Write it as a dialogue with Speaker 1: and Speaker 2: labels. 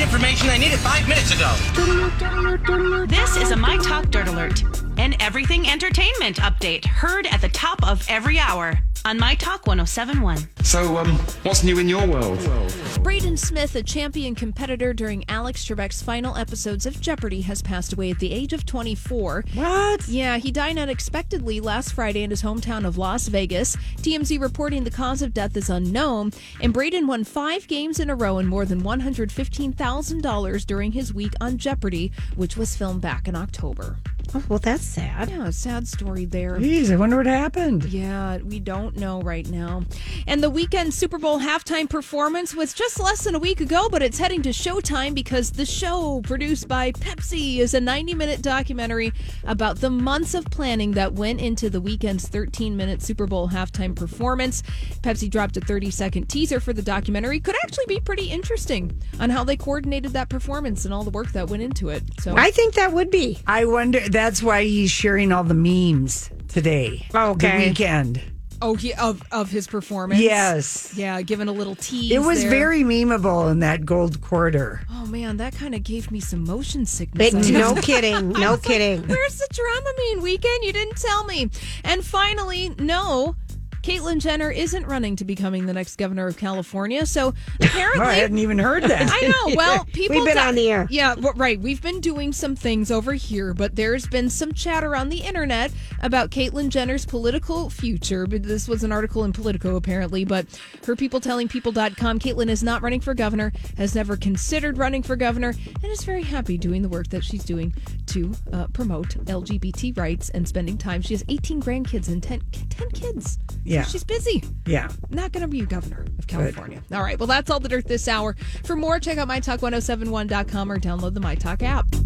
Speaker 1: information I needed five minutes ago.
Speaker 2: This is a My Talk Dirt Alert, an everything entertainment update heard at the top of every hour on My Talk 1071.
Speaker 3: So, um, what's new in your world?
Speaker 4: Braden Smith, a champion competitor during Alex Trebek's final episodes of Jeopardy, has passed away at the age of 24.
Speaker 5: What?
Speaker 4: Yeah, he died unexpectedly last Friday in his hometown of Las Vegas. TMZ reporting the cause of death is unknown, and Braden won five games in a row and more than $115,000 during his week on Jeopardy, which was filmed back in October.
Speaker 5: Oh, well, that's sad.
Speaker 4: Yeah, sad story there.
Speaker 5: Jeez, I wonder what happened.
Speaker 4: Yeah, we don't know right now. And the weekend Super Bowl halftime performance was just less than a week ago, but it's heading to Showtime because the show, produced by Pepsi, is a 90 minute documentary about the months of planning that went into the weekend's 13 minute Super Bowl halftime performance. Pepsi dropped a 30 second teaser for the documentary. Could actually be pretty interesting on how they coordinated that performance and all the work that went into it. So
Speaker 5: I think that would be.
Speaker 6: I wonder. That's why he's sharing all the memes today.
Speaker 5: Okay.
Speaker 6: the weekend.
Speaker 4: Oh, he, of of his performance.
Speaker 6: Yes,
Speaker 4: Yeah, given a little tease.
Speaker 6: it was
Speaker 4: there.
Speaker 6: very memeable in that gold quarter.
Speaker 4: Oh man, that kind of gave me some motion sickness.
Speaker 5: But
Speaker 4: I was
Speaker 5: no
Speaker 4: like,
Speaker 5: kidding. No kidding.
Speaker 4: Where's the Dramamine weekend? You didn't tell me. And finally, no. Caitlyn Jenner isn't running to becoming the next governor of California, so apparently
Speaker 6: Oh, I hadn't even heard that.
Speaker 4: I know. Well, people
Speaker 5: been
Speaker 4: do-
Speaker 5: on the air.
Speaker 4: Yeah, w- right. We've been doing some things over here, but there's been some chatter on the internet about Caitlyn Jenner's political future. But this was an article in Politico, apparently. But her people telling people.com Caitlyn is not running for governor, has never considered running for governor, and is very happy doing the work that she's doing to uh, promote LGBT rights and spending time. She has 18 grandkids and 10, 10 kids. So
Speaker 6: Yeah.
Speaker 4: she's busy
Speaker 6: Yeah.
Speaker 4: not going to be governor of California. All oh right. Well, that's all the dirt this hour. For more, check out mytalk1071.com or download the MyTalk app.